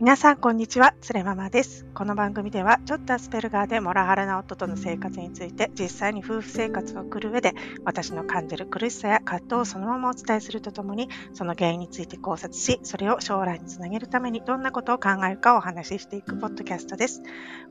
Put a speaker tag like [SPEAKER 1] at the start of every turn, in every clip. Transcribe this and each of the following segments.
[SPEAKER 1] 皆さん、こんにちは。つれママです。この番組では、ちょっとアスペルガーでモラハラな夫との生活について、実際に夫婦生活を送る上で、私の感じる苦しさや葛藤をそのままお伝えするとともに、その原因について考察し、それを将来につなげるためにどんなことを考えるかをお話ししていくポッドキャストです。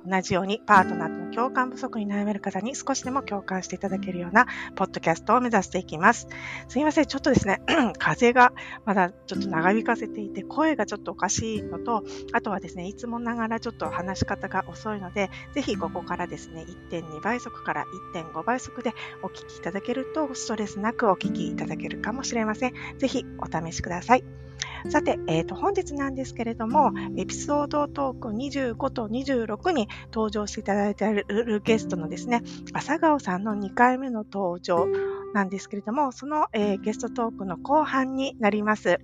[SPEAKER 1] 同じように、パートナーとの共感不足に悩める方に少しでも共感していただけるような、ポッドキャストを目指していきます。すいません、ちょっとですね、 風がまだちょっと長引かせていて、声がちょっとおかしいのと、あとはですね、いつもながらちょっと話し方が遅いので、ぜひここからですね、1.2倍速から1.5倍速でお聞きいただけると、ストレスなくお聞きいただけるかもしれません。ぜひお試しください。さて、えー、と本日なんですけれども、エピソードトーク25と26に登場していただいているゲストのですね、朝顔さんの2回目の登場なんですけれども、その、えー、ゲストトークの後半になります。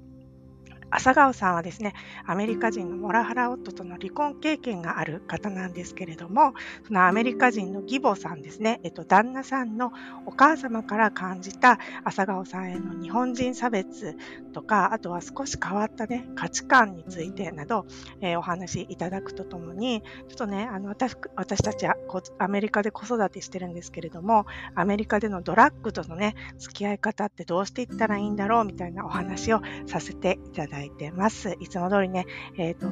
[SPEAKER 1] 朝顔さんはですね、アメリカ人のモラハラ夫との離婚経験がある方なんですけれども、そのアメリカ人の義母さんですね、えっと、旦那さんのお母様から感じた朝顔さんへの日本人差別とか、あとは少し変わったね、価値観についてなど、えー、お話いただくとともに、ちょっとね、あの私私たちはアメリカで子育てしてるんですけれども、アメリカでのドラッグとのね、付き合い方ってどうしていったらいいんだろうみたいなお話をさせていただきます。いただいてます。いつも通りね、えっ、ー、と、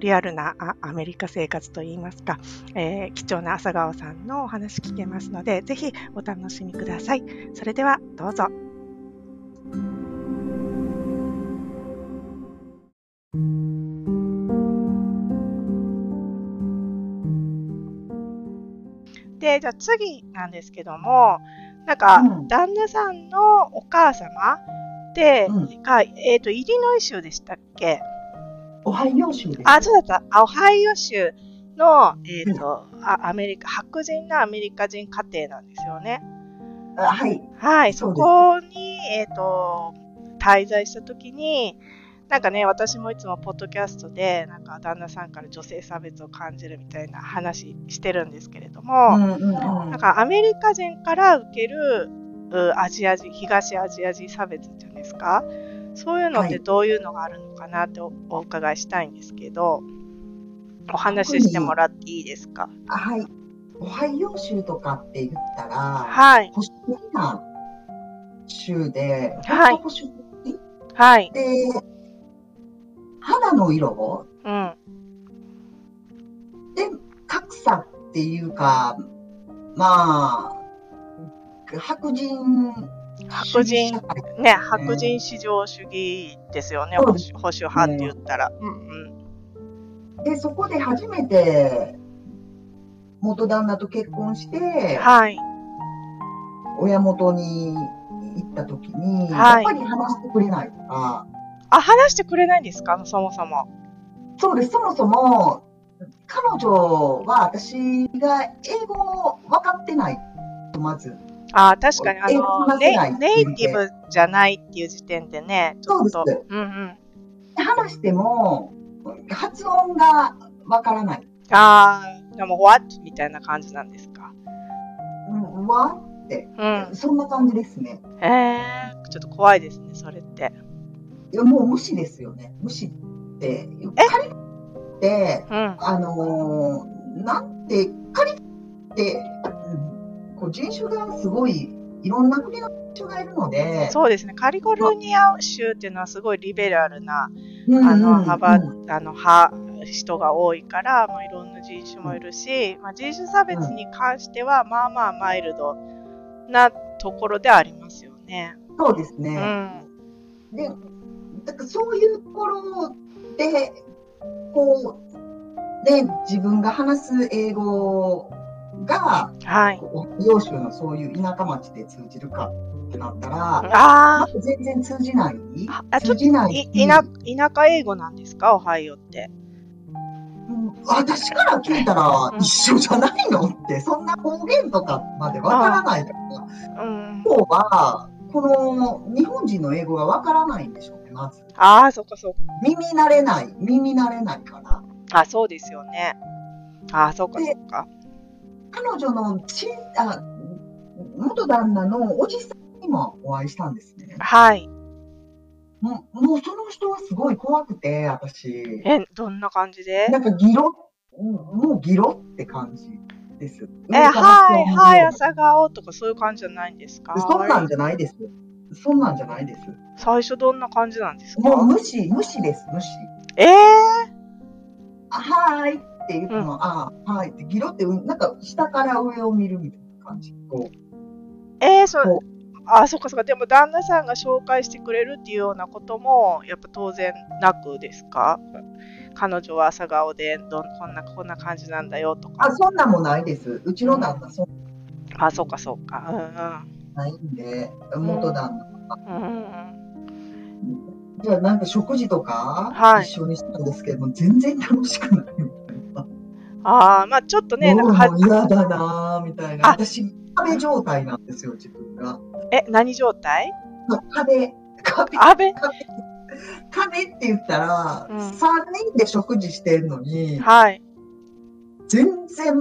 [SPEAKER 1] リアルなアメリカ生活といいますか、えー、貴重な朝顔さんのお話聞けますので、ぜひお楽しみください。それでは、どうぞ。で、じゃあ次なんですけども、なんか、旦那さんのお母様、で、が、うん、えっ、ー、と、イリノイ州でしたっけ
[SPEAKER 2] オハイオ州です。
[SPEAKER 1] あ、そうだった。オハイオ州の、えっ、ー、と、うん、あアメリカ、白人のアメリカ人家庭なんですよね。
[SPEAKER 2] あはい。
[SPEAKER 1] はい、そこに、えっ、ー、と、滞在したときに、なんかね、私もいつもポッドキャストで、なんか旦那さんから女性差別を感じるみたいな話してるんですけれども、うんうんうん、なんかアメリカ人から受けるアジア人、東アジア人差別っていうんですか、そういうのってどういうのがあるのかなっておお伺いしたいんですけど、お話ししてもらっていいですか。
[SPEAKER 2] はい。オハイオ州とかって言ったら、
[SPEAKER 1] はい。
[SPEAKER 2] 保守的な州で、
[SPEAKER 1] はい。
[SPEAKER 2] 保守的
[SPEAKER 1] はい。
[SPEAKER 2] で、肌の色を、
[SPEAKER 1] うん。
[SPEAKER 2] で、格差っていうか、まあ、白人
[SPEAKER 1] 白人、ね、白人至上主義ですよね、うん、保守保守派って言ったら。ね、
[SPEAKER 2] うんうん、で、そこで初めて、元旦那と結婚して、
[SPEAKER 1] はい、
[SPEAKER 2] 親元に行った時に、はい、やっぱり話してくれないとか。
[SPEAKER 1] あ、話してくれないんですかそもそも。
[SPEAKER 2] そうです、そもそも、彼女は私が英語を分かってないと、まず。
[SPEAKER 1] あ確かに、あのネ、ネイティブじゃないっていう時点でね、
[SPEAKER 2] ちょっと。
[SPEAKER 1] うんうん、
[SPEAKER 2] 話しても、発音がわからない。
[SPEAKER 1] ああ、でも、what? みたいな感じなんですか。
[SPEAKER 2] うん、what? って、うん、そんな感じですね。
[SPEAKER 1] ええー、ちょっと怖いですね、それって。
[SPEAKER 2] いや、もう無視ですよね。無視って。
[SPEAKER 1] え
[SPEAKER 2] 彼って、うん、あのー、なんて、彼って、人種がすごいいろんな国の人がいるので
[SPEAKER 1] そうですねカリフォルニア州っていうのはすごいリベラルな、うんうん、あの幅、うん、あの派人が多いから、まあ、いろんな人種もいるし、まあ、人種差別に関しては、まあまあマイルドなところでありますよね。
[SPEAKER 2] そうですね、うん、でだからそういうところでこうで自分が話す英語が、
[SPEAKER 1] はい、
[SPEAKER 2] 洋州のそういう田舎町で通じるかってなったら、
[SPEAKER 1] あ
[SPEAKER 2] 全然通じない
[SPEAKER 1] あ
[SPEAKER 2] 通じない
[SPEAKER 1] 田舎英語なんですか、おはようって。
[SPEAKER 2] うん、私から聞いたら一緒じゃないのって、うん、そんな方言とかまでわからないから、うん、今日はこの日本人の英語がわからないんでしょうね、まず。
[SPEAKER 1] ああ、そっかそっか。
[SPEAKER 2] 耳慣れない、耳慣れないから。
[SPEAKER 1] あそうですよね。あそっかそっか。
[SPEAKER 2] 彼女のちあ元旦那のおじさんにもお会いしたんですね。
[SPEAKER 1] はい。
[SPEAKER 2] もうもうその人はすごい怖くて、私。
[SPEAKER 1] え、どんな感じで
[SPEAKER 2] なんかギロ、もうギロって感じです。
[SPEAKER 1] え、はい、はい、朝顔とかそういう感じじゃないんですか
[SPEAKER 2] そんなんじゃないです。そんなんじゃないです。
[SPEAKER 1] 最初どんな感じなんですか
[SPEAKER 2] もう無視、無視です、無視。
[SPEAKER 1] えー、
[SPEAKER 2] あはーいって言っても、あーはーいって、ギロって、うんなんか下から上を見るみたいな感じ。こう
[SPEAKER 1] えー、そ
[SPEAKER 2] こ
[SPEAKER 1] あ、そっかそっか。でも旦那さんが紹介してくれるっていうようなことも、やっぱ当然なくですか彼女は朝顔でどんこんな、こんな感じなんだよとか。
[SPEAKER 2] あ、そんなんもないです。うちの旦那そんなん
[SPEAKER 1] あ、そっかそっか。
[SPEAKER 2] ないんで、元旦那。
[SPEAKER 1] うんうん。うんうん
[SPEAKER 2] じゃあなんか食事とか、
[SPEAKER 1] はい
[SPEAKER 2] 一緒にしたんですけども、全然楽しくないみたいな。
[SPEAKER 1] うん。ああ、まあちょっとね、なんか
[SPEAKER 2] も
[SPEAKER 1] は
[SPEAKER 2] う嫌だなぁみたいな。
[SPEAKER 1] あ
[SPEAKER 2] 私、壁状態なんですよ、自分が。
[SPEAKER 1] え、何状態
[SPEAKER 2] 壁、壁、
[SPEAKER 1] 安倍
[SPEAKER 2] 壁って言ったら、
[SPEAKER 1] うん
[SPEAKER 2] 3人で食事してんのに、
[SPEAKER 1] はい。
[SPEAKER 2] 全然、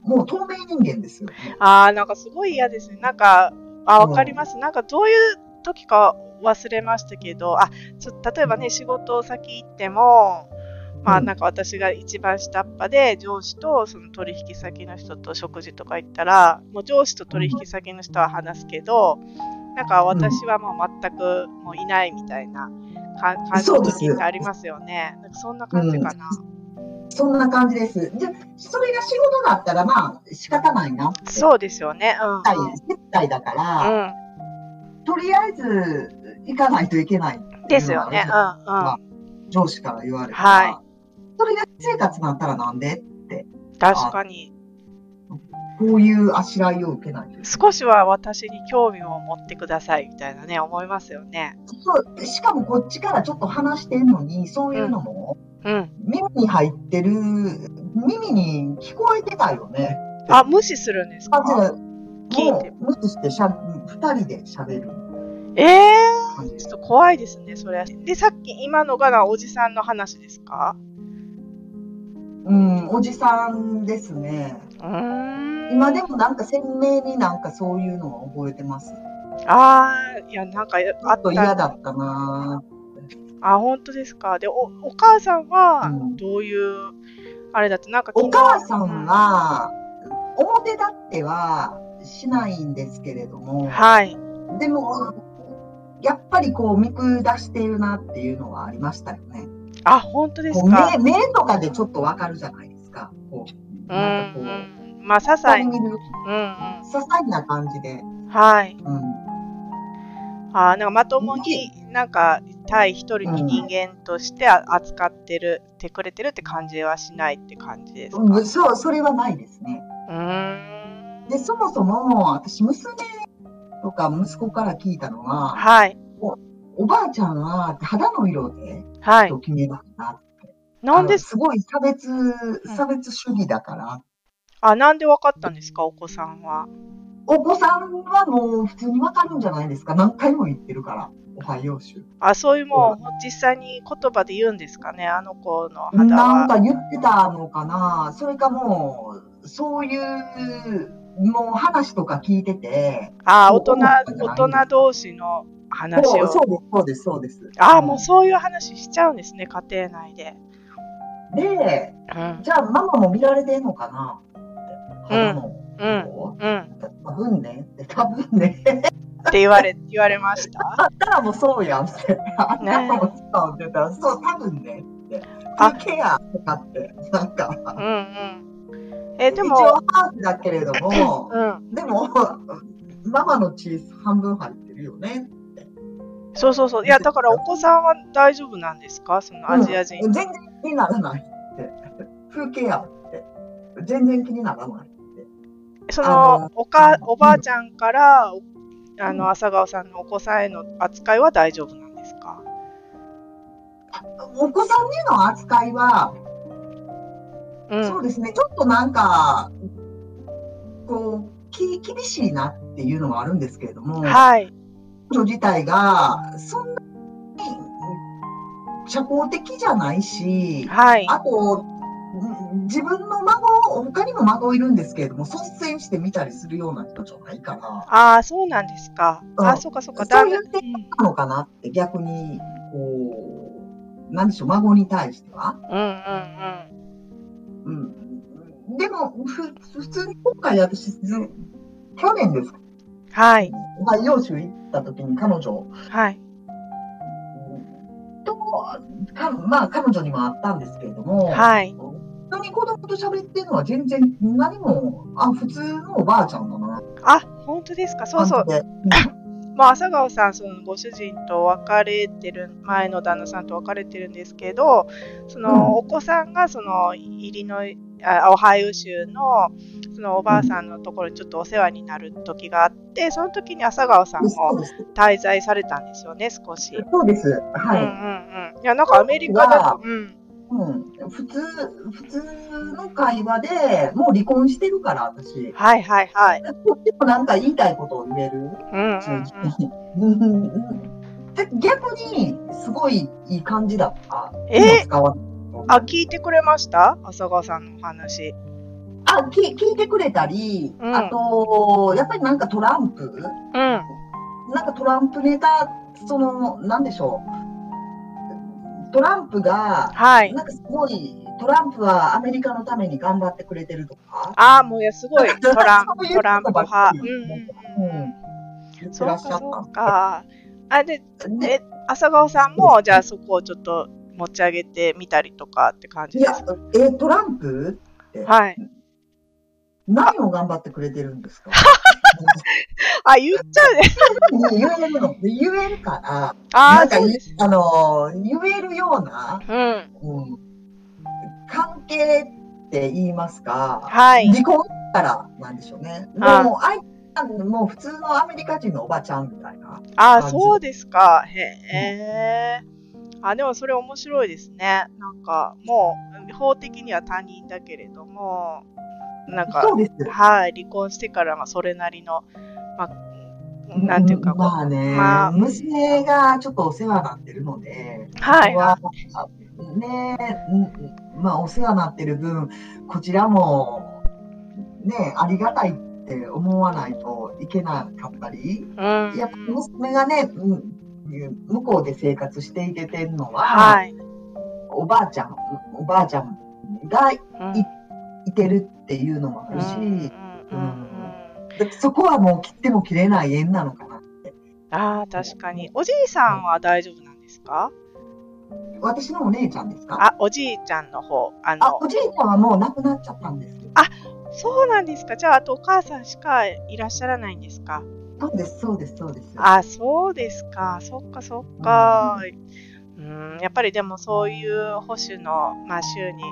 [SPEAKER 2] もう透明人間ですよ。
[SPEAKER 1] ああ、なんかすごい嫌ですね。なんか、あ、
[SPEAKER 2] うん
[SPEAKER 1] わかります。なんかどういう時か忘れましたけど、あ、ちょ例えばね、仕事先行っても、まあ
[SPEAKER 2] うん
[SPEAKER 1] なんか私が一番下っ端で上司とその取引先の人と食事とか行ったら、もう上司と取引先の人は話すけど、なんか私はもう全くもういないみたいなか感じ
[SPEAKER 2] そ
[SPEAKER 1] の
[SPEAKER 2] うです
[SPEAKER 1] 時ってありますよね。なんかそんな感じかな。
[SPEAKER 2] そんな感じです。で、それが仕事だったら、まあ、仕方ないな。
[SPEAKER 1] そうですよね。うん。
[SPEAKER 2] 接待接待だから、とりあえず行かないといけないっていうの
[SPEAKER 1] う
[SPEAKER 2] は
[SPEAKER 1] ん。ですよね。うん。うん。
[SPEAKER 2] あ上司から言われたら、
[SPEAKER 1] はい
[SPEAKER 2] それが私生活になったらなんで
[SPEAKER 1] 確かに。
[SPEAKER 2] こういうあしらいを受けないという
[SPEAKER 1] 少しは私に興味を持ってくださいみたいなね、思いますよね。
[SPEAKER 2] そうしかもこっちからちょっと話してんのにそういうのも
[SPEAKER 1] うん。
[SPEAKER 2] 耳に入ってる耳に聞こえてたよね。
[SPEAKER 1] あ、無視するんです
[SPEAKER 2] あじゃ
[SPEAKER 1] か
[SPEAKER 2] あ
[SPEAKER 1] 聞い
[SPEAKER 2] も
[SPEAKER 1] て
[SPEAKER 2] う無視してしゃ2人で喋る
[SPEAKER 1] ええ
[SPEAKER 2] 感じ
[SPEAKER 1] ー、
[SPEAKER 2] で
[SPEAKER 1] ちょ
[SPEAKER 2] す
[SPEAKER 1] っと怖いですね、それ。で、さっき今のがなおじさんの話ですか
[SPEAKER 2] うんおじさんですね
[SPEAKER 1] うーん。
[SPEAKER 2] 今でもなんか鮮明になんかそういうのは覚えてます
[SPEAKER 1] ああ、いや、なんかあ
[SPEAKER 2] あ
[SPEAKER 1] っ
[SPEAKER 2] と嫌
[SPEAKER 1] た。
[SPEAKER 2] だったな
[SPEAKER 1] あ、本当ですか。で、お、お母さんは
[SPEAKER 2] うん、
[SPEAKER 1] どういう、あれだって、なんか
[SPEAKER 2] お母さん、は表立ってはしないんですけれど
[SPEAKER 1] うん
[SPEAKER 2] も
[SPEAKER 1] はい。
[SPEAKER 2] でもやっぱりこう見下しているなっていうのはありましたよね。
[SPEAKER 1] あ、本当で
[SPEAKER 2] こ
[SPEAKER 1] す
[SPEAKER 2] う
[SPEAKER 1] か
[SPEAKER 2] 目。目とかでちょっとわかるじゃないですか。こう
[SPEAKER 1] う
[SPEAKER 2] なんかこう。
[SPEAKER 1] ん。まあ、些
[SPEAKER 2] さ
[SPEAKER 1] 細。
[SPEAKER 2] に
[SPEAKER 1] うん
[SPEAKER 2] いる
[SPEAKER 1] うん。
[SPEAKER 2] 些細な感じで、
[SPEAKER 1] はい。
[SPEAKER 2] うん、
[SPEAKER 1] あーなんかまともに、なんか、対一人の人間としてあ扱ってる、てくれてるって感じはしないって感じですか。
[SPEAKER 2] うんそうそれはないですね。
[SPEAKER 1] うーん。
[SPEAKER 2] でそもそも私娘とか息子から聞いたのは
[SPEAKER 1] はい。
[SPEAKER 2] おばあちゃんは肌の色で
[SPEAKER 1] はい。
[SPEAKER 2] と決めました
[SPEAKER 1] なんで
[SPEAKER 2] あの、すごい差別
[SPEAKER 1] ん、
[SPEAKER 2] 差別主義だから。
[SPEAKER 1] あ、なんでわかったんですか、お子さんは。
[SPEAKER 2] お子さんはもう普通にわかるんじゃないですか。何回も言ってるから。おはよう州。
[SPEAKER 1] あ、そういうもう、実際に言葉で言うんですかね、あの子の肌
[SPEAKER 2] なん
[SPEAKER 1] は。
[SPEAKER 2] か言ってたのかな。それかもう、そういう、もう話とか聞いてて。
[SPEAKER 1] あー、大
[SPEAKER 2] そう
[SPEAKER 1] 人、大人同士の話
[SPEAKER 2] そう
[SPEAKER 1] を。
[SPEAKER 2] そうです、そうです、そうです。
[SPEAKER 1] あー、もうそういう話しちゃうんですね、家庭内で。
[SPEAKER 2] で、
[SPEAKER 1] うん。
[SPEAKER 2] じゃあママも見られてんのかなって。
[SPEAKER 1] うん
[SPEAKER 2] 肌の
[SPEAKER 1] うん。うん。
[SPEAKER 2] 多分ねって、多分ね。
[SPEAKER 1] って言われ、言われました。
[SPEAKER 2] あったらもうそうやんって。あったらもうそうって言ったら、そう、多分ねって。
[SPEAKER 1] あ
[SPEAKER 2] あ、ケアとかって、なんか。
[SPEAKER 1] うんうん。え、で
[SPEAKER 2] 一応
[SPEAKER 1] も、
[SPEAKER 2] ハーフだけれども、
[SPEAKER 1] うん。
[SPEAKER 2] でも、ママのチーズ半分入ってるよね。
[SPEAKER 1] そうそうそう。いや、だからお子さんは大丈夫なんですかそのアジア人。
[SPEAKER 2] 全然気にならないって。 フーケアって。全然気にならない。
[SPEAKER 1] その
[SPEAKER 2] あの
[SPEAKER 1] おか、おばあちゃんから、あの、朝顔さんのお子さんへの扱いは大丈夫なんですか
[SPEAKER 2] お子さんへの扱いは、
[SPEAKER 1] う
[SPEAKER 2] そう
[SPEAKER 1] す。
[SPEAKER 2] ですね、ちょっとなんか、こう、き厳しいなっていうのはあるんですけれども、
[SPEAKER 1] はい。
[SPEAKER 2] 彼女自体がそんなに社交的じゃないし、
[SPEAKER 1] はい。
[SPEAKER 2] あと自分の孫、他にも孫いるんですけれども、率先して見たりするような人じゃないから。
[SPEAKER 1] ああ、そうなんですか。うん、あそうかそうか。
[SPEAKER 2] そういう点なのかなって、逆に、こう、何でしょう、孫に対しては。
[SPEAKER 1] うんうんうん。
[SPEAKER 2] うん。でも、ふ普通に今回私、去年ですか。
[SPEAKER 1] はい。
[SPEAKER 2] まあ、幼州行った時に彼女。
[SPEAKER 1] はい。
[SPEAKER 2] と、かまあ、彼女にもあったんですけれども。
[SPEAKER 1] はい。
[SPEAKER 2] 当に子供と喋ってるのは全然何も、あ、普通のおばあちゃんだな。
[SPEAKER 1] あ、本当ですか。そうそう。まあ、朝顔さん、そのご主人と別れてる、前の旦那さんと別れてるんですけど、その、お子さんが、その、入りの、あオハイオ州の、そのおばあさんのところにちょっとお世話になる時があって、その時に朝顔さんも滞在されたんですよね、少し。
[SPEAKER 2] そうです。はい。うん
[SPEAKER 1] うんうん。いや、なんかアメリカだと、うん。
[SPEAKER 2] うん、普通、普通の会話でもう離婚してるから、私。
[SPEAKER 1] はいはいはい。
[SPEAKER 2] こっちもなんか言いたいことを言える。
[SPEAKER 1] うん、うん
[SPEAKER 2] 逆に、すごいいい感じだった。
[SPEAKER 1] えー、あ、聞いてくれました浅川さんのお話。
[SPEAKER 2] あ、き聞いてくれたり、うん、あと、やっぱりなんかトランプ、
[SPEAKER 1] うん、なん
[SPEAKER 2] かトランプネタ、その、なんでしょう。トランプが、
[SPEAKER 1] はい、
[SPEAKER 2] なんかすごい、トランプはアメリカのために頑張ってくれてるとか。
[SPEAKER 1] ああ、もうす ごい、トランプ、トランプ派。
[SPEAKER 2] そう
[SPEAKER 1] か、そうか。あで、え、浅川さんも、じゃあそこをちょっと持ち上げてみたりとかって感じですか
[SPEAKER 2] いや、え、トランプって、
[SPEAKER 1] はい。
[SPEAKER 2] 何を頑張ってくれてる んですか
[SPEAKER 1] あ、言っちゃうね。
[SPEAKER 2] 言えるの、言えるから、
[SPEAKER 1] あ
[SPEAKER 2] なんか、あの、言えるような、
[SPEAKER 1] うん
[SPEAKER 2] うん、関係って言いますか、
[SPEAKER 1] はい、
[SPEAKER 2] 離婚からなんでしょうね。もう、あもう普通のアメリカ人のおばちゃんみたいな。
[SPEAKER 1] あ、そうですか。へえ。うん、あ、でもそれ面白いですね。なんか、もう、法的には他人だけれども、なんか、はい、離婚してから、まあ、それなりの、まあ、なんていうか、
[SPEAKER 2] まあね、まあ、娘がちょっとお世話になってるので、
[SPEAKER 1] はい。
[SPEAKER 2] はね、まあ、お世話になってる分、こちらも、ね、ありがたいって思わないといけなかったり、
[SPEAKER 1] うん、や
[SPEAKER 2] っぱ娘がね、うん、向こうで生活していけてるのは、
[SPEAKER 1] はい、
[SPEAKER 2] おばあちゃん、おばあちゃんがい、うんいてるっていうのもあるし、そこはもう切っても切れない縁なのかなって。
[SPEAKER 1] ああ、確かに。おじいさんは大丈夫なんですか
[SPEAKER 2] 私のお姉ちゃんですか
[SPEAKER 1] あ、おじいちゃんの方。
[SPEAKER 2] あのおじいちゃんはもう亡くなっちゃったんです
[SPEAKER 1] あ、そうなんですか。じゃあ、あとお母さんしかいらっしゃらないんですか
[SPEAKER 2] そうです、そうです、そうです。
[SPEAKER 1] あ、そうですか。そっか、そっか。うん、やっぱりでもそういう保守の、まあ、州に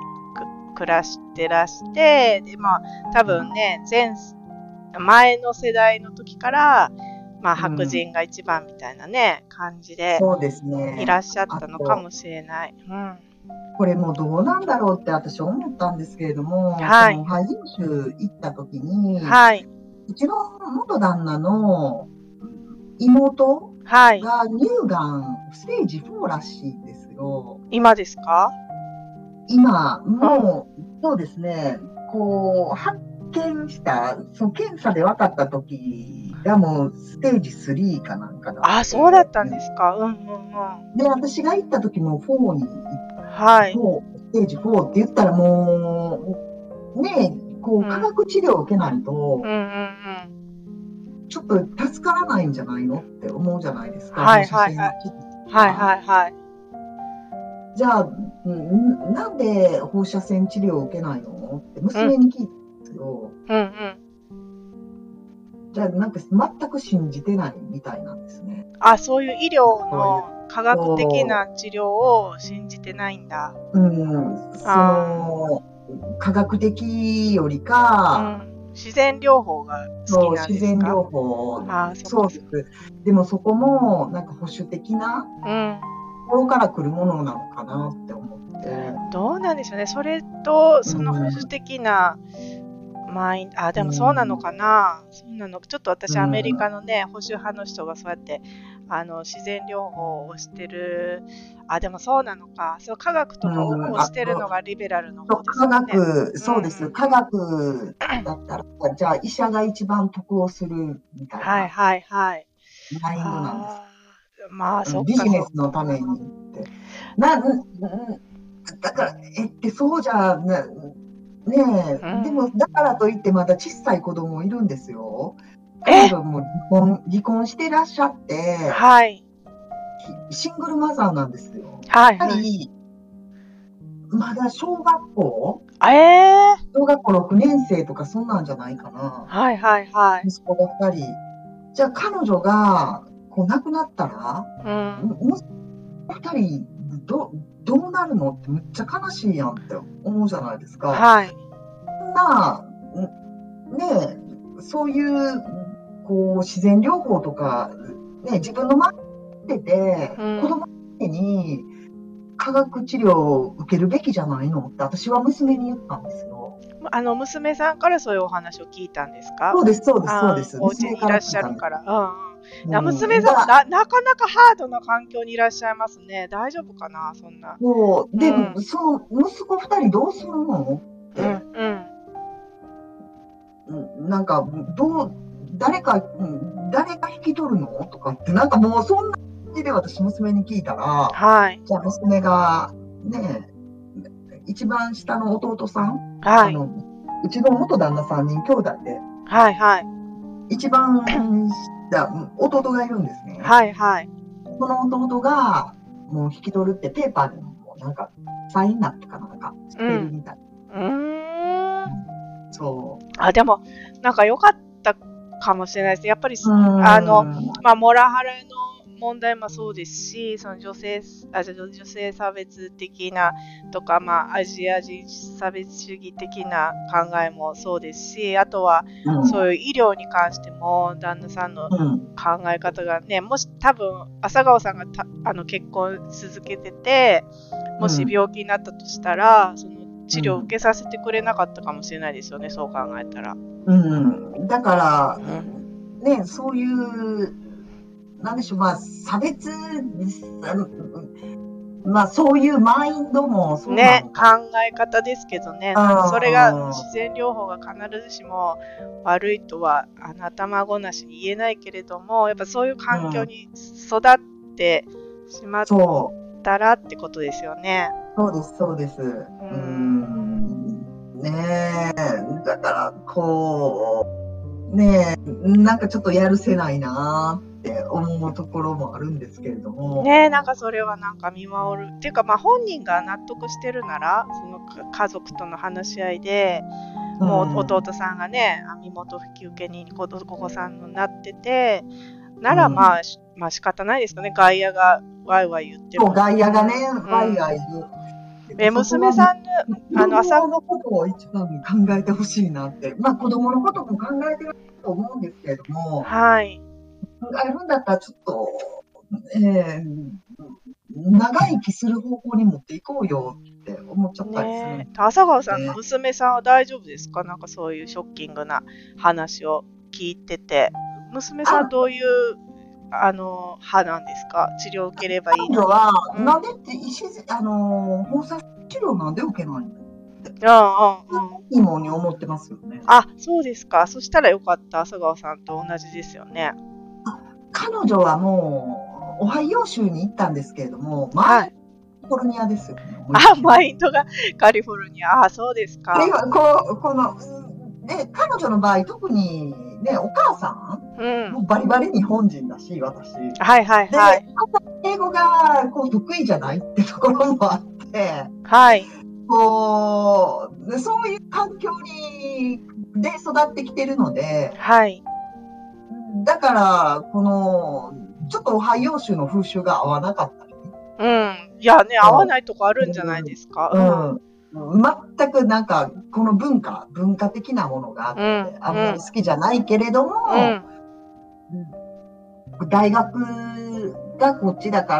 [SPEAKER 1] 暮らしてらして、で、まあ、多分ね、前、前の世代の時から、まあ、白人が一番みたいなね、うん、感じで、
[SPEAKER 2] そうですね。
[SPEAKER 1] いらっしゃったのかもしれない。うん。
[SPEAKER 2] これもうどうなんだろうって私思ったんですけれども、
[SPEAKER 1] はい。
[SPEAKER 2] ハイ州行った時に、
[SPEAKER 1] はい。
[SPEAKER 2] うちの元旦那の妹
[SPEAKER 1] はい。
[SPEAKER 2] が乳がん、ステージ4らしいんですよ。
[SPEAKER 1] 今ですか
[SPEAKER 2] 今、もう、そうですね、こう、発見した、その検査で分かった時がもうステージ3かなんかだ、ね、
[SPEAKER 1] あ、そうだったんですか。うんうんうん。
[SPEAKER 2] で、私が行った時も4に、
[SPEAKER 1] はい。
[SPEAKER 2] ステージ4って言ったらもう、ねこう、化学治療を受けないと、ちょっと助からないんじゃないのって思うじゃないですか。
[SPEAKER 1] はいはいはい。はいはいはい。
[SPEAKER 2] じゃあ、なんで放射線治療を受けないのって娘に聞いたんですけど、
[SPEAKER 1] うんうん
[SPEAKER 2] うん、じゃあ、なんか全く信じてないみたいなんですね。
[SPEAKER 1] あ、そういう医療の科学的な治療を信じてないんだ。
[SPEAKER 2] う,うん、その科学的よりか、
[SPEAKER 1] うん、自然療法が好きなんですかそう
[SPEAKER 2] 自然療法
[SPEAKER 1] あそう
[SPEAKER 2] ですでもそこもなんか保守的な、
[SPEAKER 1] うん
[SPEAKER 2] ところから来るものなのかなって思って。
[SPEAKER 1] どうなんでしょうね。それと、その保守的な、マインあ、でもそうなのかな。うん、そうなの。ちょっと私、アメリカのね、保守派の人がそうやって、あの自然療法をしてる、あ、でもそうなのか、そう科学とかをしてるのがリベラルの方です
[SPEAKER 2] 科
[SPEAKER 1] よね。
[SPEAKER 2] 学、そうです、科学だったら、じゃあ医者が一番得をするみたいな
[SPEAKER 1] はいはいはい。
[SPEAKER 2] ラインなんです
[SPEAKER 1] あーまあ、そっ
[SPEAKER 2] ビ
[SPEAKER 1] か
[SPEAKER 2] ジネ
[SPEAKER 1] そ
[SPEAKER 2] スのためにって。な、んだから、えってそうじゃな、ねえ、
[SPEAKER 1] うん
[SPEAKER 2] でもだからといってまだ小さい子供いるんですよ。
[SPEAKER 1] え
[SPEAKER 2] 彼女も離婚離婚してらっしゃって、
[SPEAKER 1] う。はい。
[SPEAKER 2] シングルマザーなんですよ。
[SPEAKER 1] はい、
[SPEAKER 2] やっぱ
[SPEAKER 1] はい。
[SPEAKER 2] り、まだ小学校
[SPEAKER 1] えー、
[SPEAKER 2] 小学校6年生とかそんなんじゃないかな。
[SPEAKER 1] はいはいはい。
[SPEAKER 2] 息子が2人。じゃあ彼女がこう亡くなったら、
[SPEAKER 1] うん。
[SPEAKER 2] もし二人どどうなるのってむっちゃ悲しいやんって思うじゃないですか。
[SPEAKER 1] はい。
[SPEAKER 2] そんな、んねえ、そういうこう自然療法とか、ね、自分の周りに出て、
[SPEAKER 1] うん
[SPEAKER 2] 子供相手に化学治療を受けるべきじゃないのって私は娘に言ったんですよ。
[SPEAKER 1] あの、娘さんからそういうお話を聞いたんですか
[SPEAKER 2] そうです、そうです、そうで
[SPEAKER 1] あ
[SPEAKER 2] す。
[SPEAKER 1] ーお家にいらっしゃるから。うんうん。あ
[SPEAKER 2] うん
[SPEAKER 1] 娘さん、ななかなかハードな環境にいらっしゃいますね。大丈夫かな、そんな。
[SPEAKER 2] もう、で、
[SPEAKER 1] うん
[SPEAKER 2] その息子二人どうするのって。
[SPEAKER 1] うん。うん。
[SPEAKER 2] うんなんか、どう、誰か、うん誰が引き取るのとかって、なんかもうそんな感じで私、娘に聞いたら、
[SPEAKER 1] はい。
[SPEAKER 2] じゃあ娘が、ねえ、一番下の弟さん、
[SPEAKER 1] は
[SPEAKER 2] あ
[SPEAKER 1] い。
[SPEAKER 2] のうちの元旦那さん人兄弟で、
[SPEAKER 1] はいはい。
[SPEAKER 2] 一番下、弟がいるんですね。
[SPEAKER 1] はいはい。
[SPEAKER 2] この弟が、もう引き取るってペーパーでも、なんか、サインなってかなんか、してるみたい。
[SPEAKER 1] うーん。
[SPEAKER 2] そう。
[SPEAKER 1] あ、でも、なんか良かったかもしれないです。やっぱり、
[SPEAKER 2] うん
[SPEAKER 1] あの、まあ、モラハラの問題もそうですし、その女性あじゃあ女性差別的なとか、まあ、アジア人差別主義的な考えもそうですし、あとは
[SPEAKER 2] うん、
[SPEAKER 1] そういう医療に関しても、旦那さんの
[SPEAKER 2] うん。
[SPEAKER 1] 考え方がね、もし多分、朝顔さんがたあの結婚続けてて、もし
[SPEAKER 2] うん
[SPEAKER 1] 病気になったとしたら、その治療を受けさせてくれなかったかもしれないですよね、そう考えたら。
[SPEAKER 2] うん。だから、
[SPEAKER 1] うん、
[SPEAKER 2] ね、そういう、なんでしょう、まあ、差別、あのまあ、そういうマインドもそうな
[SPEAKER 1] ね
[SPEAKER 2] の、
[SPEAKER 1] 考
[SPEAKER 2] か、
[SPEAKER 1] え方ですけどね
[SPEAKER 2] あ、ー
[SPEAKER 1] それが自然療法が必ずしも悪いとはあの頭ごなしに言えないけれども、やっぱそういう環境に育ってしまっ
[SPEAKER 2] そう、
[SPEAKER 1] たらってことですよね。
[SPEAKER 2] そうです、そうです。うん。ねえ、だから、こう、ねえ、なんかちょっとやるせないなって思うところもあるんですけれども、
[SPEAKER 1] ねえ、なんかそれはなんか見守る。っていうか、まあ本人が納得してるなら、そのか家族との話し合いで、
[SPEAKER 2] うん
[SPEAKER 1] もう弟さんがね、身元引受人に子どお子さんになってて、なら
[SPEAKER 2] うん
[SPEAKER 1] まあ、しまあ仕方ないですよね。外野がワイワイ言って
[SPEAKER 2] そう
[SPEAKER 1] も。
[SPEAKER 2] 外野がね、ワイワイ言う
[SPEAKER 1] え、娘さんの、あの
[SPEAKER 2] あの
[SPEAKER 1] 朝
[SPEAKER 2] 朝のことを一番に考えてほしいなって、まあ、子供のことも考えてると思うんですけれども、
[SPEAKER 1] はい。
[SPEAKER 2] 考えるんだったらちょっと、えー長生きする方向に持っていこうよって思っちゃったりする。
[SPEAKER 1] ねえ。朝顔さんの娘さんは大丈夫ですかなんかそういうショッキングな話を聞いてて。娘さんどういう、あの、派なんですか治療を受ければいい
[SPEAKER 2] 彼
[SPEAKER 1] の
[SPEAKER 2] 女は、
[SPEAKER 1] うん
[SPEAKER 2] なんでって石、あのー、放射治療なんで受けないの
[SPEAKER 1] うんうんうん。
[SPEAKER 2] 疑問に思ってますよね。
[SPEAKER 1] あ、そうですか。そしたらよかった。朝顔さんと同じですよね。
[SPEAKER 2] 彼女はもう、オハイオ州に行ったんですけれども、
[SPEAKER 1] は
[SPEAKER 2] マイ
[SPEAKER 1] い。
[SPEAKER 2] カリフォルニアですよね。
[SPEAKER 1] あ、マインドがカリフォルニア。あ、そうですか。
[SPEAKER 2] で今こうこの、うんね、彼女の場合、特に、ね、お母さ、
[SPEAKER 1] うんん。
[SPEAKER 2] もうバリバリ日本人だし、私。で、
[SPEAKER 1] はいはいはい。
[SPEAKER 2] あんまり英語がこう得意じゃないってところもあって、
[SPEAKER 1] はい。
[SPEAKER 2] こうでそういう環境にで育ってきてるので、
[SPEAKER 1] はい。
[SPEAKER 2] だから、この、ちょっとオハイオ州の風習が合わなかったり、
[SPEAKER 1] うん。いやね、合わないとこあるんじゃないですか。
[SPEAKER 2] うん、全くなんか、この文化、文化的なものがあって、
[SPEAKER 1] うん
[SPEAKER 2] あんまり好きじゃないけれども、
[SPEAKER 1] うん。
[SPEAKER 2] 大学がこっちだか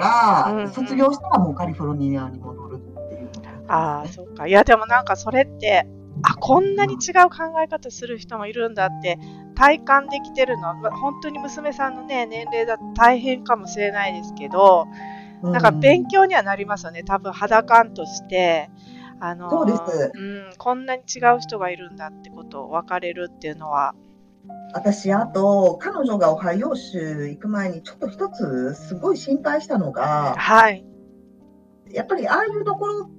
[SPEAKER 2] ら、
[SPEAKER 1] うんうん
[SPEAKER 2] 卒業したらもうカリフォルニアに戻るっていうのが
[SPEAKER 1] ああ、そっか。いや、でもなんかそれって、あ、こんなに違う考え方する人もいるんだって体感できてるのは、まあ本当に娘さんのね、年齢だと大変かもしれないですけど、なんか勉強にはなりますよね。多分肌感として、あのー、
[SPEAKER 2] そうです
[SPEAKER 1] うん、こんなに違う人がいるんだってことを分かれるっていうのは。
[SPEAKER 2] 私、あと、彼女がオハイオ州行く前に、ちょっと一つ、すごい心配したのが、
[SPEAKER 1] はい。
[SPEAKER 2] やっぱりああいうところ、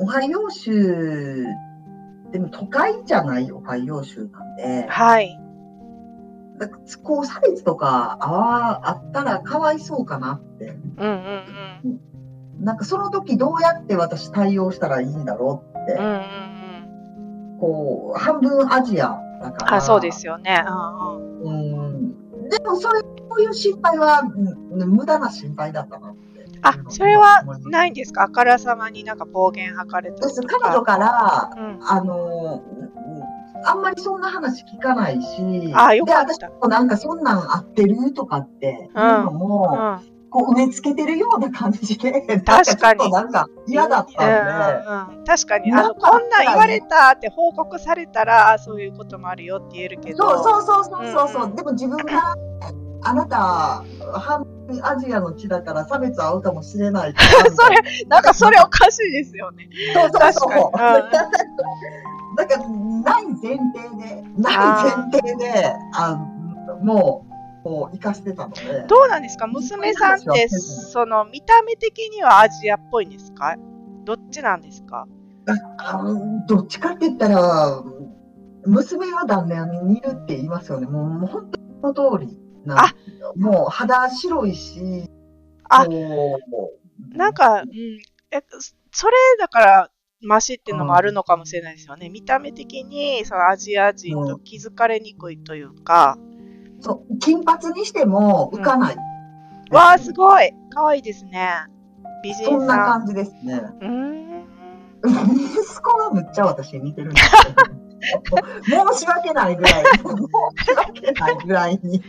[SPEAKER 2] オハイオ州、でも都会じゃないオハイオ州なんで、
[SPEAKER 1] はい。
[SPEAKER 2] だからこう差別とかああったらかわいそうかなって、
[SPEAKER 1] うんうんうん。
[SPEAKER 2] なんかその時どうやって私対応したらいいんだろうって
[SPEAKER 1] うん、うんうん。
[SPEAKER 2] こう、半分アジアだから。
[SPEAKER 1] あ、そうですよね。うんうん。
[SPEAKER 2] うんでもそれ、こういう心配は、うん無駄な心配だったなって。
[SPEAKER 1] あ、それはないんですかあからさまになんか暴言吐かれた
[SPEAKER 2] で
[SPEAKER 1] り
[SPEAKER 2] す
[SPEAKER 1] と
[SPEAKER 2] 彼
[SPEAKER 1] か。
[SPEAKER 2] 女から、
[SPEAKER 1] うん。
[SPEAKER 2] あのー、うんあんまりそんな話聞かないし、
[SPEAKER 1] あよかった
[SPEAKER 2] で、私もなんかそんなん合ってるとかっていうのも、
[SPEAKER 1] うん
[SPEAKER 2] こう植え付けてるような感じで、確
[SPEAKER 1] 確かに
[SPEAKER 2] なんか嫌だったんで、
[SPEAKER 1] うんうんうん、確かにあ
[SPEAKER 2] なん
[SPEAKER 1] の
[SPEAKER 2] か
[SPEAKER 1] こんなん言われたって報告されたらあそういうこともあるよって言えるけど
[SPEAKER 2] そうそうそうそうそうそう、
[SPEAKER 1] うんうん
[SPEAKER 2] でも自分が、あなた、半分アジアの血だから差別合うかもしれないから。
[SPEAKER 1] それなんかそれおかしいですよね。
[SPEAKER 2] そうそう
[SPEAKER 1] 確
[SPEAKER 2] そう。
[SPEAKER 1] かに
[SPEAKER 2] だから、ない前提で、ない前提で、あもう、こう、生かしてたので。
[SPEAKER 1] どうなんですか娘さんってその見た目的にはアジアっぽいんですかどっちなんですか
[SPEAKER 2] あどっちかって言ったら、娘は旦那に似るって言いますよね。もう、もう本当の通りなんですよ。もう、肌白いし、
[SPEAKER 1] あ
[SPEAKER 2] こう
[SPEAKER 1] なんか、うん、えそれだからマシっていうのもあるのかもしれないですよね。見た目的にそのアジア人と気づかれにくいというか。
[SPEAKER 2] そう、金髪にしても浮かない。
[SPEAKER 1] わあすごい可愛いですね。美人
[SPEAKER 2] そんな
[SPEAKER 1] さん。
[SPEAKER 2] 感じですね。
[SPEAKER 1] うーん
[SPEAKER 2] 息子がむっちゃ私似てるんですけど申し訳ないぐらい、申し訳ないぐらいに、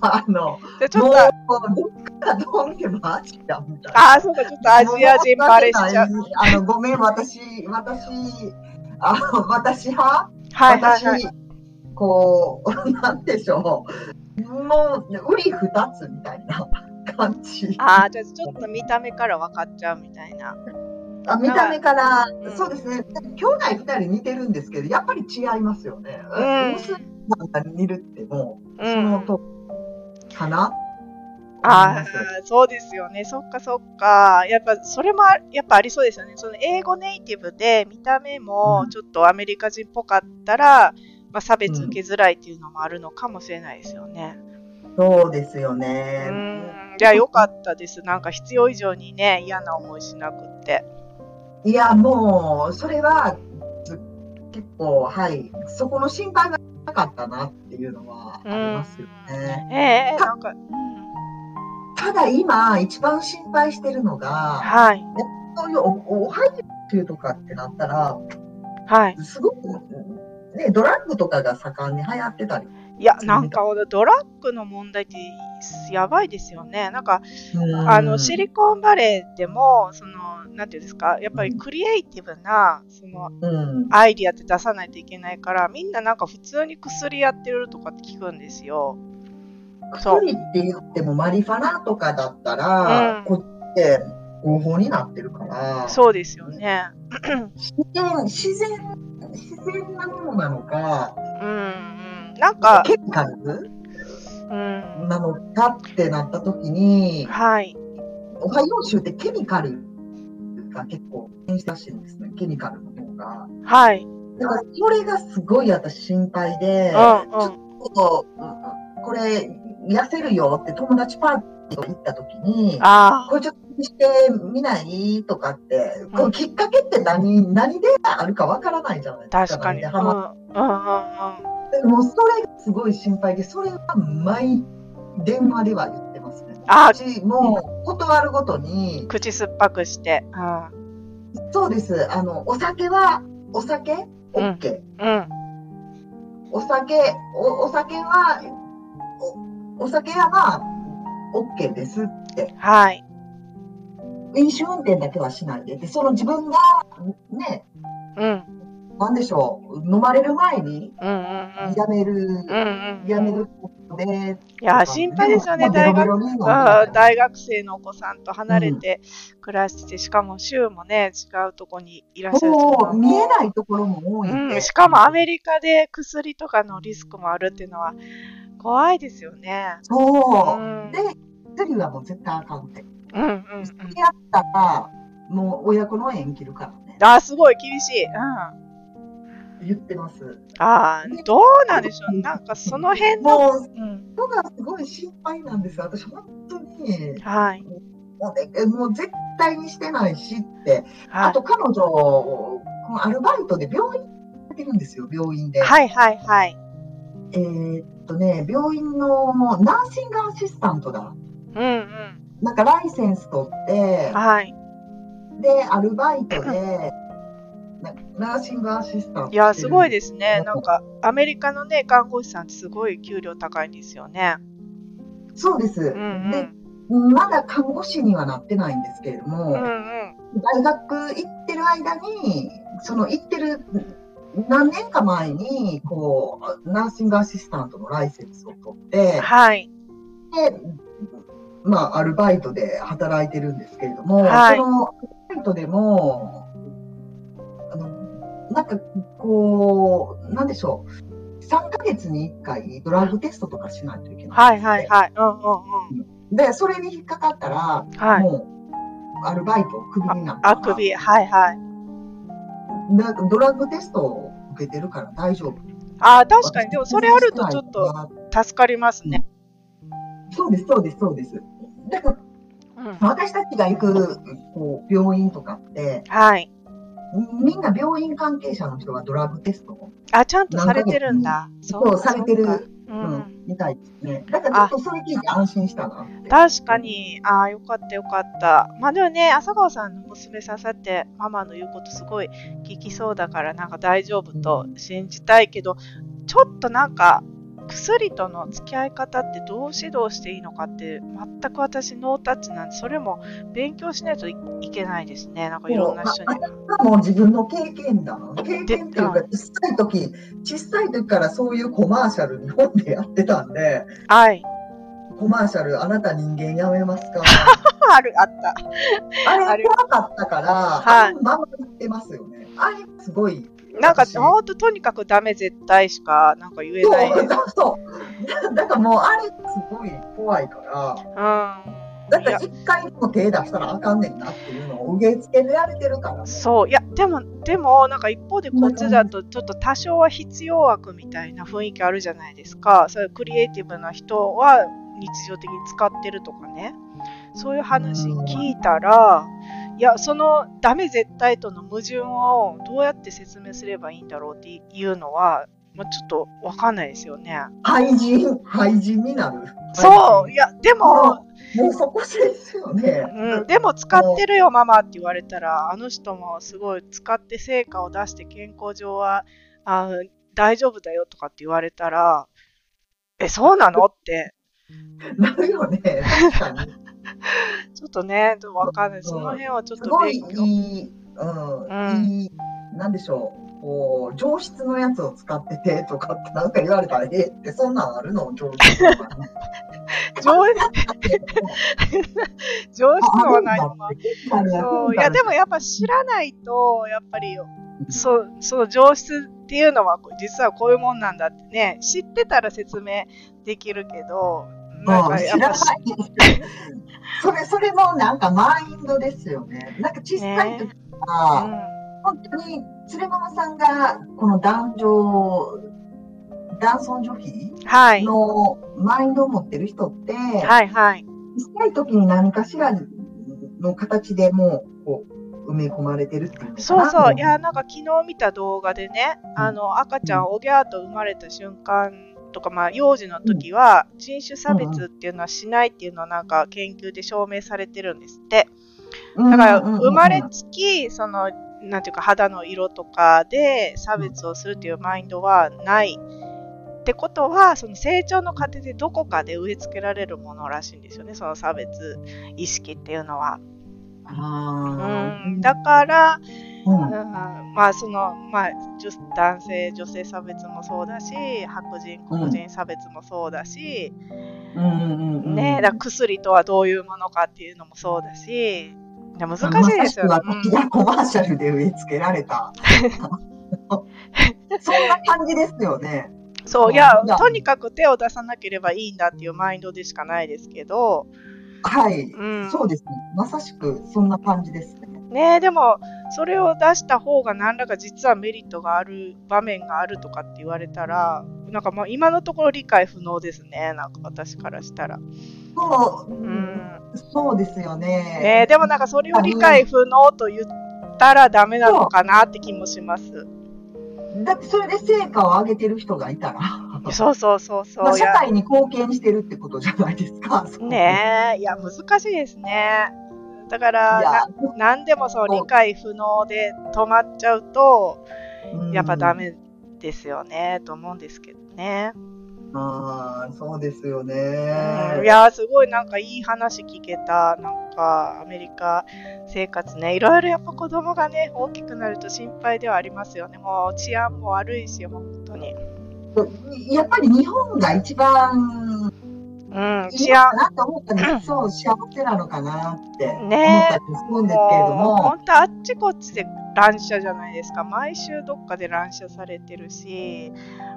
[SPEAKER 2] あの、
[SPEAKER 1] でちょっ
[SPEAKER 2] もう、
[SPEAKER 1] と
[SPEAKER 2] どっからどう見てもアジアみたいな。
[SPEAKER 1] ああ、そうか、ちょっとアジア人バレしちゃう。
[SPEAKER 2] 申訳ないあの、ごめん、私、私、あの、私派、
[SPEAKER 1] はいはいはい。
[SPEAKER 2] 私、こう、 なんでしょう。もう、売り二つみたいな感じ。
[SPEAKER 1] ああ、じゃあちょっと見た目から分かっちゃうみたいな。
[SPEAKER 2] あ見た目から、
[SPEAKER 1] うん
[SPEAKER 2] そうですね、兄弟2人似てるんですけど、やっぱり違いますよね。
[SPEAKER 1] うん
[SPEAKER 2] 娘なんか似るってもう、
[SPEAKER 1] う
[SPEAKER 2] その
[SPEAKER 1] ん。
[SPEAKER 2] とかな、
[SPEAKER 1] ああ、そうですよね。そっかそっか。やっぱ、それもあ、やっぱありそうですよね。その英語ネイティブで見た目も
[SPEAKER 2] うん
[SPEAKER 1] ちょっとアメリカ人っぽかったら、まあ、差別受けづらいっていうのもあるのかもしれないですよね。
[SPEAKER 2] そうですよ
[SPEAKER 1] う
[SPEAKER 2] ね。
[SPEAKER 1] ん。いや、よかったです。なんか必要以上にね、嫌な思いしなくって。
[SPEAKER 2] いや、もう、それは、ず結構、はい、そこの心配がなかったなっていうのはありますよね。
[SPEAKER 1] ええなんか、うん
[SPEAKER 2] ただ今、一番心配してるのが、
[SPEAKER 1] はい。
[SPEAKER 2] そういうおおはようっていうとかってなったら、
[SPEAKER 1] はい。
[SPEAKER 2] すごく、ね、ドラッグとかが盛んに流行ってたり。
[SPEAKER 1] いや、なんかドラッグの問題ってやばいですよね。なんか、
[SPEAKER 2] うん
[SPEAKER 1] あの、シリコンバレーでも、その、なんていうんですか、やっぱりクリエイティブな、その、
[SPEAKER 2] うん、
[SPEAKER 1] アイディアって出さないといけないから、みんななんか普通に薬やってるとかって聞くんですよ。そう
[SPEAKER 2] 薬って言ってもマリファナとかだったら、
[SPEAKER 1] うん
[SPEAKER 2] こっちって合法になってるから
[SPEAKER 1] そうですよね。
[SPEAKER 2] 自然自然自然なものなのか
[SPEAKER 1] うん、うん。なんか、
[SPEAKER 2] 結果
[SPEAKER 1] うん。
[SPEAKER 2] なのかってなった時に
[SPEAKER 1] はい。
[SPEAKER 2] オハイオ州ってケミカルが結構変質らしいんですねケミカルの方が。
[SPEAKER 1] はい。うん、
[SPEAKER 2] だからそれがすごい私心配で、
[SPEAKER 1] うん。
[SPEAKER 2] ちょっとうんこれ痩せるよって友達パーティー行った時に。
[SPEAKER 1] ああ。
[SPEAKER 2] これちょっと見してみないとかって、このきっかけって何、何であるかわからないじゃないですか。
[SPEAKER 1] 確かに。うん、
[SPEAKER 2] な
[SPEAKER 1] うんん、
[SPEAKER 2] で
[SPEAKER 1] う
[SPEAKER 2] ハマっ
[SPEAKER 1] ん、うん。
[SPEAKER 2] てもうそれがすごい心配で、それは毎電話では言ってますね。
[SPEAKER 1] あ
[SPEAKER 2] 私もう断るごとに、
[SPEAKER 1] 口酸っぱくして。うん。
[SPEAKER 2] そうです、あの、お酒は、お酒 ?OK。
[SPEAKER 1] うん。
[SPEAKER 2] お酒、おお酒は、おお酒はまあ、OK ですって。
[SPEAKER 1] はい。
[SPEAKER 2] 飲酒運転だけはしないで。で、その自分が、ね、
[SPEAKER 1] うん。
[SPEAKER 2] なんでしょう、飲まれる前に
[SPEAKER 1] うんうんうん。
[SPEAKER 2] やめる、
[SPEAKER 1] うんうん、
[SPEAKER 2] やめることで、
[SPEAKER 1] いや、心配ですよね、大学
[SPEAKER 2] 学
[SPEAKER 1] あー大学生のお子さんと離れて暮らして、しかも州もね、違うとこにいらっしゃるってい
[SPEAKER 2] そう
[SPEAKER 1] のは
[SPEAKER 2] う、見えないところも多いん
[SPEAKER 1] う
[SPEAKER 2] で。
[SPEAKER 1] ん、しかもアメリカで薬とかのリスクもあるっていうのは怖いですよね。
[SPEAKER 2] そうう。
[SPEAKER 1] ん
[SPEAKER 2] で、薬はもう絶対あかんって。
[SPEAKER 1] うんうんうん。
[SPEAKER 2] 付き合ったら、もう親子の縁切るからね。
[SPEAKER 1] あー、すごい厳しい。うん。
[SPEAKER 2] 言ってます。
[SPEAKER 1] あー、どうなんでしょう。なんかその辺の、
[SPEAKER 2] も
[SPEAKER 1] う
[SPEAKER 2] う、
[SPEAKER 1] ん、
[SPEAKER 2] 人がすごい心配なんですよ。私、本当に、
[SPEAKER 1] はい。
[SPEAKER 2] もうねもう絶対にしてないしって。あ
[SPEAKER 1] は
[SPEAKER 2] と、彼女、このアルバイトで病院やってるんですよ、病院
[SPEAKER 1] い。
[SPEAKER 2] で。
[SPEAKER 1] はいはいはい。
[SPEAKER 2] えーっとね、病院のナーシングアシスタントだ。
[SPEAKER 1] うんうん。
[SPEAKER 2] なんかライセンス取って、
[SPEAKER 1] はい。
[SPEAKER 2] で、アルバイトで、なナーシングアシスタント。
[SPEAKER 1] いや、すごい
[SPEAKER 2] で
[SPEAKER 1] ですね。なんか、アメリカのね、看護師さんってすごい給料高いんですよね。
[SPEAKER 2] す。そうです。
[SPEAKER 1] うん
[SPEAKER 2] で、まだ看護師にはなってないんですけれども、
[SPEAKER 1] うん。うん
[SPEAKER 2] 大学行ってる間に、その行ってる何年か前に、こう、ナーシングアシスタントのライセンスを取っ
[SPEAKER 1] う
[SPEAKER 2] て
[SPEAKER 1] ん。、はい。
[SPEAKER 2] で、まあ、アルバイトで働いてるんですけれども、
[SPEAKER 1] はい
[SPEAKER 2] そのアルバイトでも、あの、なんかこう、なんでしょう、3ヶ月に1回ドラッグテストとかしないといけない。
[SPEAKER 1] はいはいはい。うんうん
[SPEAKER 2] で、それに引っかかったら、
[SPEAKER 1] うん。はい。
[SPEAKER 2] もう、アルバイトクビになった
[SPEAKER 1] あ
[SPEAKER 2] から
[SPEAKER 1] くび。はいはい。
[SPEAKER 2] なんかドラッグテストを受けてるから大丈夫。
[SPEAKER 1] あー確かに。でも、それあるとちょっと
[SPEAKER 2] と。
[SPEAKER 1] 助かりますね。
[SPEAKER 2] そうです、そうです、そうです。だから、
[SPEAKER 1] うん。
[SPEAKER 2] 私たちが行く、こう、病院とかって、
[SPEAKER 1] はい。
[SPEAKER 2] みんな病院関係者の人がドラッグテストを
[SPEAKER 1] あ、ちゃんとされてるんだ。
[SPEAKER 2] そう
[SPEAKER 1] か
[SPEAKER 2] されてる
[SPEAKER 1] そうかう
[SPEAKER 2] うん
[SPEAKER 1] ん。
[SPEAKER 2] みたいですね。だからちょっとそれ聞いて安心したなって。
[SPEAKER 1] 確かに、ああ、よかったよかった。まあでもね、浅川さんの娘さんさって、ママの言うことすごい聞きそうだから、なんか大丈夫と信じたいけど、ちょっとなんか、薬との付き合い方ってどう指導していいのかって、全く私ノータッチなんで、それも勉強しないといいけないですね。なんかいろんな人に。
[SPEAKER 2] もう自分の経験だな。経験っていう
[SPEAKER 1] で
[SPEAKER 2] か、小さい時、小さい時からそういうコマーシャル日本でやってたんで、
[SPEAKER 1] はい。
[SPEAKER 2] コマーシャル、あなた人間やめま すか
[SPEAKER 1] ある、あった。
[SPEAKER 2] あれ怖かったから、
[SPEAKER 1] はい
[SPEAKER 2] あのまま言ってますよね。あれすごい。
[SPEAKER 1] なんか、
[SPEAKER 2] 私
[SPEAKER 1] ほんととにかくダメ絶対しか、なんか言えない
[SPEAKER 2] そ
[SPEAKER 1] です。
[SPEAKER 2] うそうそう。 だからもうあれすごい怖いから。
[SPEAKER 1] うん。
[SPEAKER 2] だっ
[SPEAKER 1] い
[SPEAKER 2] て
[SPEAKER 1] や
[SPEAKER 2] 一回でも手出したらあかんねんなっていうのを受け付けられてるからね。
[SPEAKER 1] そういやでもでもなんか一方でこっちだとちょっと多少は必要悪みたいな雰囲気あるじゃないですかそういうクリエイティブな人は日常的に使ってるとかねそういう話聞いたらいやそのダメ絶対との矛盾をどうやって説明すればいいんだろうっていうのは、まあ、ちょっとわかんないですよね。
[SPEAKER 2] 廃人、廃人になる。
[SPEAKER 1] そういやでも
[SPEAKER 2] う。もうそこですよね。
[SPEAKER 1] うん、でも使ってるよ、ママって言われたら、あの人もすごい使って成果を出して健康上はあ大丈夫だよとかって言われたら、え、そうなのって、
[SPEAKER 2] なるよね。 確かに。
[SPEAKER 1] ちょっとね、でもわかんない。その辺はちょっ
[SPEAKER 2] す
[SPEAKER 1] と
[SPEAKER 2] ごいい
[SPEAKER 1] 勉強。
[SPEAKER 2] い、うん、
[SPEAKER 1] うん
[SPEAKER 2] いい、なんでしょう。こう、上質のやつを使っててとかってなんか言われたら、ええってそんなんあるの上質とかね。
[SPEAKER 1] 上 上質はないの
[SPEAKER 2] あ
[SPEAKER 1] か
[SPEAKER 2] あ。るんだってあるんだ
[SPEAKER 1] そういや、でもやっぱ知らないと、やっぱり、そう、その上質っていうのは、こう実はこういうもんなんだってね、知ってたら説明できるけど、なん
[SPEAKER 2] うん
[SPEAKER 1] か
[SPEAKER 2] 知
[SPEAKER 1] や
[SPEAKER 2] ら
[SPEAKER 1] っ
[SPEAKER 2] な
[SPEAKER 1] ぱ
[SPEAKER 2] い。 それ、それもなんかマインドですよね。なんか小さい時は、
[SPEAKER 1] うん
[SPEAKER 2] 本当に鶴山さんがこの男女男尊女卑
[SPEAKER 1] はい。
[SPEAKER 2] のマインドを持ってる人って、
[SPEAKER 1] はいはい。
[SPEAKER 2] 小さい時に何かしらの形でもうこう埋め込まれてるっていうのかな
[SPEAKER 1] そうそう。いや、なんか昨日見た動画でね、あの、赤ちゃん、おぎゃーと生まれた瞬間とか、まあ、幼児の時は、人種差別っていうのはしないっていうのは、なんか研究で証明されてるんですって。
[SPEAKER 2] うん
[SPEAKER 1] だから、
[SPEAKER 2] うんうんうん
[SPEAKER 1] 生まれつき、その、なんていうか、肌の色とかで差別をするっていうマインドはない。ってことは、その成長の過程でどこかで植え付けられるものらしいんですよね、その差別意識っていうのは。
[SPEAKER 2] あ
[SPEAKER 1] うん、だから、
[SPEAKER 2] ーう
[SPEAKER 1] うん
[SPEAKER 2] ん
[SPEAKER 1] まあそのまあ、女男性女性差別もそうだし白人黒人差別もそうだし、
[SPEAKER 2] うんうんうん
[SPEAKER 1] ねえだから薬とはどういうものかっていうのもそうだしいや難しいですよね
[SPEAKER 2] ま。さしく私がコマーシャルで植え付けら れた。そんな感じですよね。
[SPEAKER 1] うんそういや
[SPEAKER 2] いや
[SPEAKER 1] とにかく手を出さなければいいんだっていうマインドでしかないですけど、
[SPEAKER 2] はい。
[SPEAKER 1] うん
[SPEAKER 2] そうですね。まさしくそんな感じですね。
[SPEAKER 1] ねえ、でもそれを出した方が何らか実はメリットがある場面があるとかって言われたらなんかまあ今のところ理解不能ですねなんか私からしたら。
[SPEAKER 2] そう、
[SPEAKER 1] うん
[SPEAKER 2] そうですよね。
[SPEAKER 1] ねえ、でもなんかそれを理解不能と言ったらダメなのかなって気もします。
[SPEAKER 2] だってそれで成果を上げてる人がいたら、
[SPEAKER 1] そうそうそうそう。
[SPEAKER 2] まあ、
[SPEAKER 1] い
[SPEAKER 2] 社
[SPEAKER 1] や
[SPEAKER 2] 会に貢献してるってことじゃないですか。
[SPEAKER 1] ねえ、いや難しいですね。だか
[SPEAKER 2] いや
[SPEAKER 1] らな何でもそう
[SPEAKER 2] そう
[SPEAKER 1] 理解不能で止まっちゃうと
[SPEAKER 2] うん
[SPEAKER 1] やっぱダ。メですよねと思うんですけどね。
[SPEAKER 2] ああ、そうですよね。
[SPEAKER 1] うんいやーすごいなんかいい話聞けたなんかアメリカ生活ねいろいろやっぱ子供がね大きくなると心配ではありますよねもう治安も悪いし本当に。
[SPEAKER 2] やっぱり日本が一番
[SPEAKER 1] うん、
[SPEAKER 2] いい
[SPEAKER 1] 治
[SPEAKER 2] の
[SPEAKER 1] 安
[SPEAKER 2] かなと思ったんです。そう、幸せなのかなって思っ
[SPEAKER 1] ね
[SPEAKER 2] たりするんですけれ
[SPEAKER 1] もう
[SPEAKER 2] ども。
[SPEAKER 1] 本当あっちこっちで乱射じゃないですか毎週どっかで乱射されてるし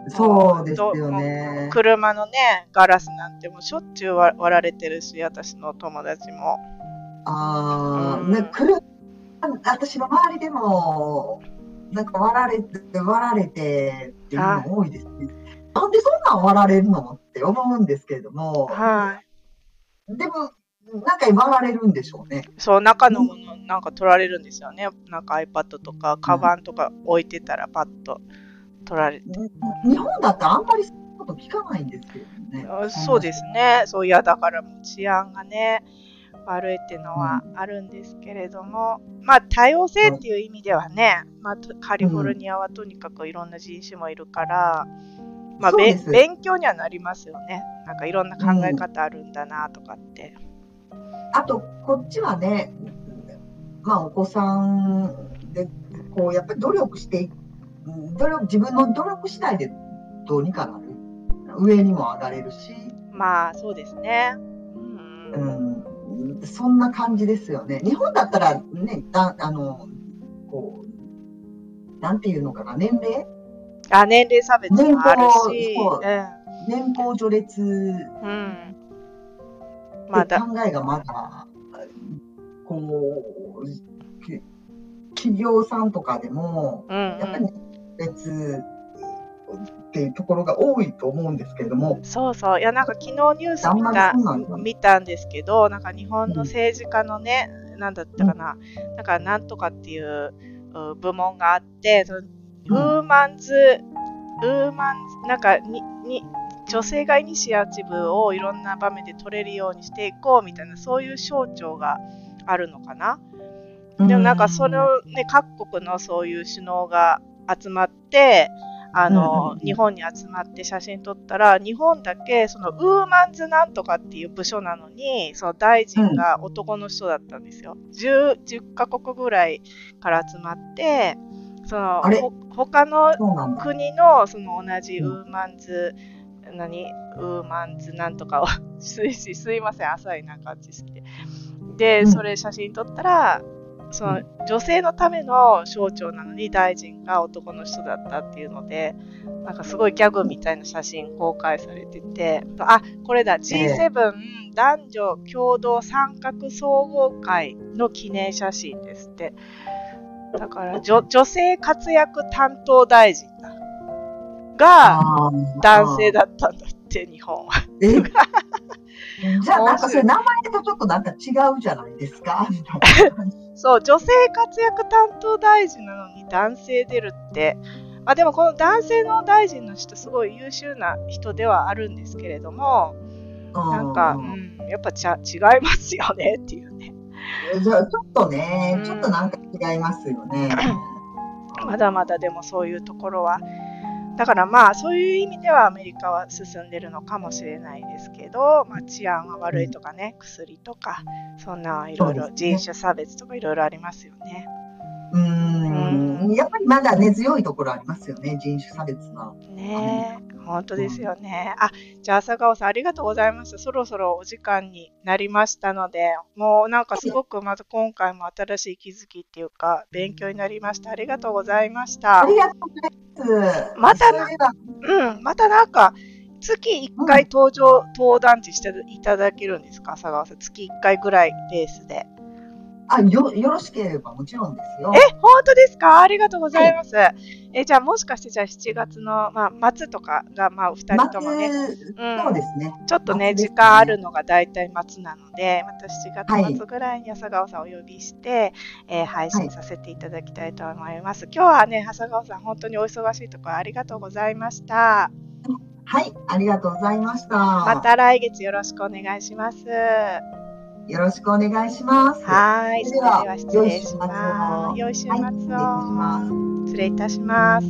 [SPEAKER 2] そうですよ
[SPEAKER 1] どもう
[SPEAKER 2] ね。
[SPEAKER 1] 車のねガラスなんてもうしょっちゅう割割られてるし私の友達も
[SPEAKER 2] ああ、
[SPEAKER 1] うん
[SPEAKER 2] ね、くる、あ私の周りでも、なんか割られて、割られてっていうの多いですね。なんでそんなん割られるのって思うんですけれども、
[SPEAKER 1] はい
[SPEAKER 2] でも、なんか割られるんでしょうね。
[SPEAKER 1] そう中のものなんか取られるんですよねなんか iPad とかカバンとか置いてたらパッと取られて、
[SPEAKER 2] 日本だってあんまりそういうこと聞かないんですけどね。
[SPEAKER 1] あそうですねそういやだからもう治安がね悪いっていうのはあるんですけれども、まあ多様性っていう意味ではね、まあ、とカリフォルニアはとにかくいろんな人種もいるから、まあ、
[SPEAKER 2] そう
[SPEAKER 1] べ
[SPEAKER 2] です
[SPEAKER 1] 勉強にはなりますよねなんかいろんな考え方あるんだなとかって、
[SPEAKER 2] あと、こっちはね、まあ、お子さんで、こう、やっぱり努力してい、努力、自分の努力次第でどうにかなる。上にも上がれるし、
[SPEAKER 1] まあそうですねうん
[SPEAKER 2] うん、そんな感じですよね。日本だったら、ね、だあの、こう、なんていうのかな、年齢
[SPEAKER 1] あ年齢差別もあるし
[SPEAKER 2] 年功年功序列
[SPEAKER 1] うん、うん、ま
[SPEAKER 2] ま
[SPEAKER 1] あだ
[SPEAKER 2] だ考えがまだ、こう、き企業さんとかでも、
[SPEAKER 1] うん、
[SPEAKER 2] やっぱ
[SPEAKER 1] う
[SPEAKER 2] り
[SPEAKER 1] ん、
[SPEAKER 2] ね別っていうところが多いと思うんですけれども、
[SPEAKER 1] そうそういやなんか昨日ニュース
[SPEAKER 2] あん
[SPEAKER 1] 見
[SPEAKER 2] まり
[SPEAKER 1] た
[SPEAKER 2] そうなんだ。
[SPEAKER 1] 見たんですけど、なんか日本の政治家のね、なんだったかな、なんかなんとかっていうう部門があって、その
[SPEAKER 2] うん
[SPEAKER 1] ウーマンズ、ウーマンズ、なんかにに女性がイニシアチブをいろんな場面で取れるようにしていこうみたいな、そういう省庁があるのかな。でもなんかそれをね、各国のそういう首脳が集まって、あ
[SPEAKER 2] うんうんう
[SPEAKER 1] の
[SPEAKER 2] ん、
[SPEAKER 1] 日本に集まって写真撮ったら、日本だけそのウーマンズなんとかっていう部署なのに、その大臣が男の人だったんですよ。10, 10カ国ぐらいから集まって、その
[SPEAKER 2] あれ
[SPEAKER 1] ほ他の
[SPEAKER 2] そうなんだ。
[SPEAKER 1] 国のその同じウーマンズ、何ウーマンズなんとかを すいしすいません浅いなんか知識で、
[SPEAKER 2] うん
[SPEAKER 1] それ写真撮ったらそうの女性のための省庁なのに大臣が男の人だったっていうのでなんかすごいギャグみたいな写真公開されててあこれだ G7 男女共同参画総合会の記念写真ですってだから女女性活躍担当大臣だが
[SPEAKER 2] あー
[SPEAKER 1] 男性。だったんだって日本は。
[SPEAKER 2] え じゃあ、なんかそれ名前とちょっとなんか違うじゃないです か。みたいな感じ
[SPEAKER 1] そう女性活躍担当大臣なのに男性出るって、まあ、でもこの男性の大臣の人すごい優秀な人ではあるんですけれどもなんか、うん、やっぱちゃ違いますよねっていうね
[SPEAKER 2] うんじゃあちょっとね
[SPEAKER 1] う、ん
[SPEAKER 2] ちょっとなんか違いますよね。
[SPEAKER 1] まだまだでもそういうところはだからまあそういう意味ではアメリカは進んでるのかもしれないですけど、まあ、治安が悪いとかね、薬とか、そんないろいろ人種差別とかいろいろありますよね。
[SPEAKER 2] うん、うんやっぱりまだ根、ね、強いところありますよね、人種差別は。
[SPEAKER 1] ね本当ですよね。あ、じゃあ朝顔さんありがとうございました。そろそろお時間になりましたので、もうなんかすごくまた今回も新しい気づきっていうか、勉強になりました。ありがとうございました。
[SPEAKER 2] ありがとうございます。
[SPEAKER 1] またな、うん、またなんか、月1回登場、うん、登壇地していただけるんですか、朝顔さん。月1回ぐらいペースで。
[SPEAKER 2] あよよろしければもちろんですよ。
[SPEAKER 1] え、本当ですかありがとうございます。はい、えじゃあ、もしかしてじゃあ7月の、まあ、末とかが、まあ、お二人ともね、うん、
[SPEAKER 2] そうですね
[SPEAKER 1] ちょっとね、ね時間あるのが大体末なので、また7月末ぐらいに朝顔さんをお呼びして、はい、えー、配信させていただきたいと思います。はい、今日はね、朝顔さん、本当にお忙しいところありがとうございました。
[SPEAKER 2] はい、ありがとうございました。
[SPEAKER 1] また来月よろしくお願いします。
[SPEAKER 2] よろしくお願いします。
[SPEAKER 1] はい、それでは失礼します。良い週末を。はい、失礼いたします。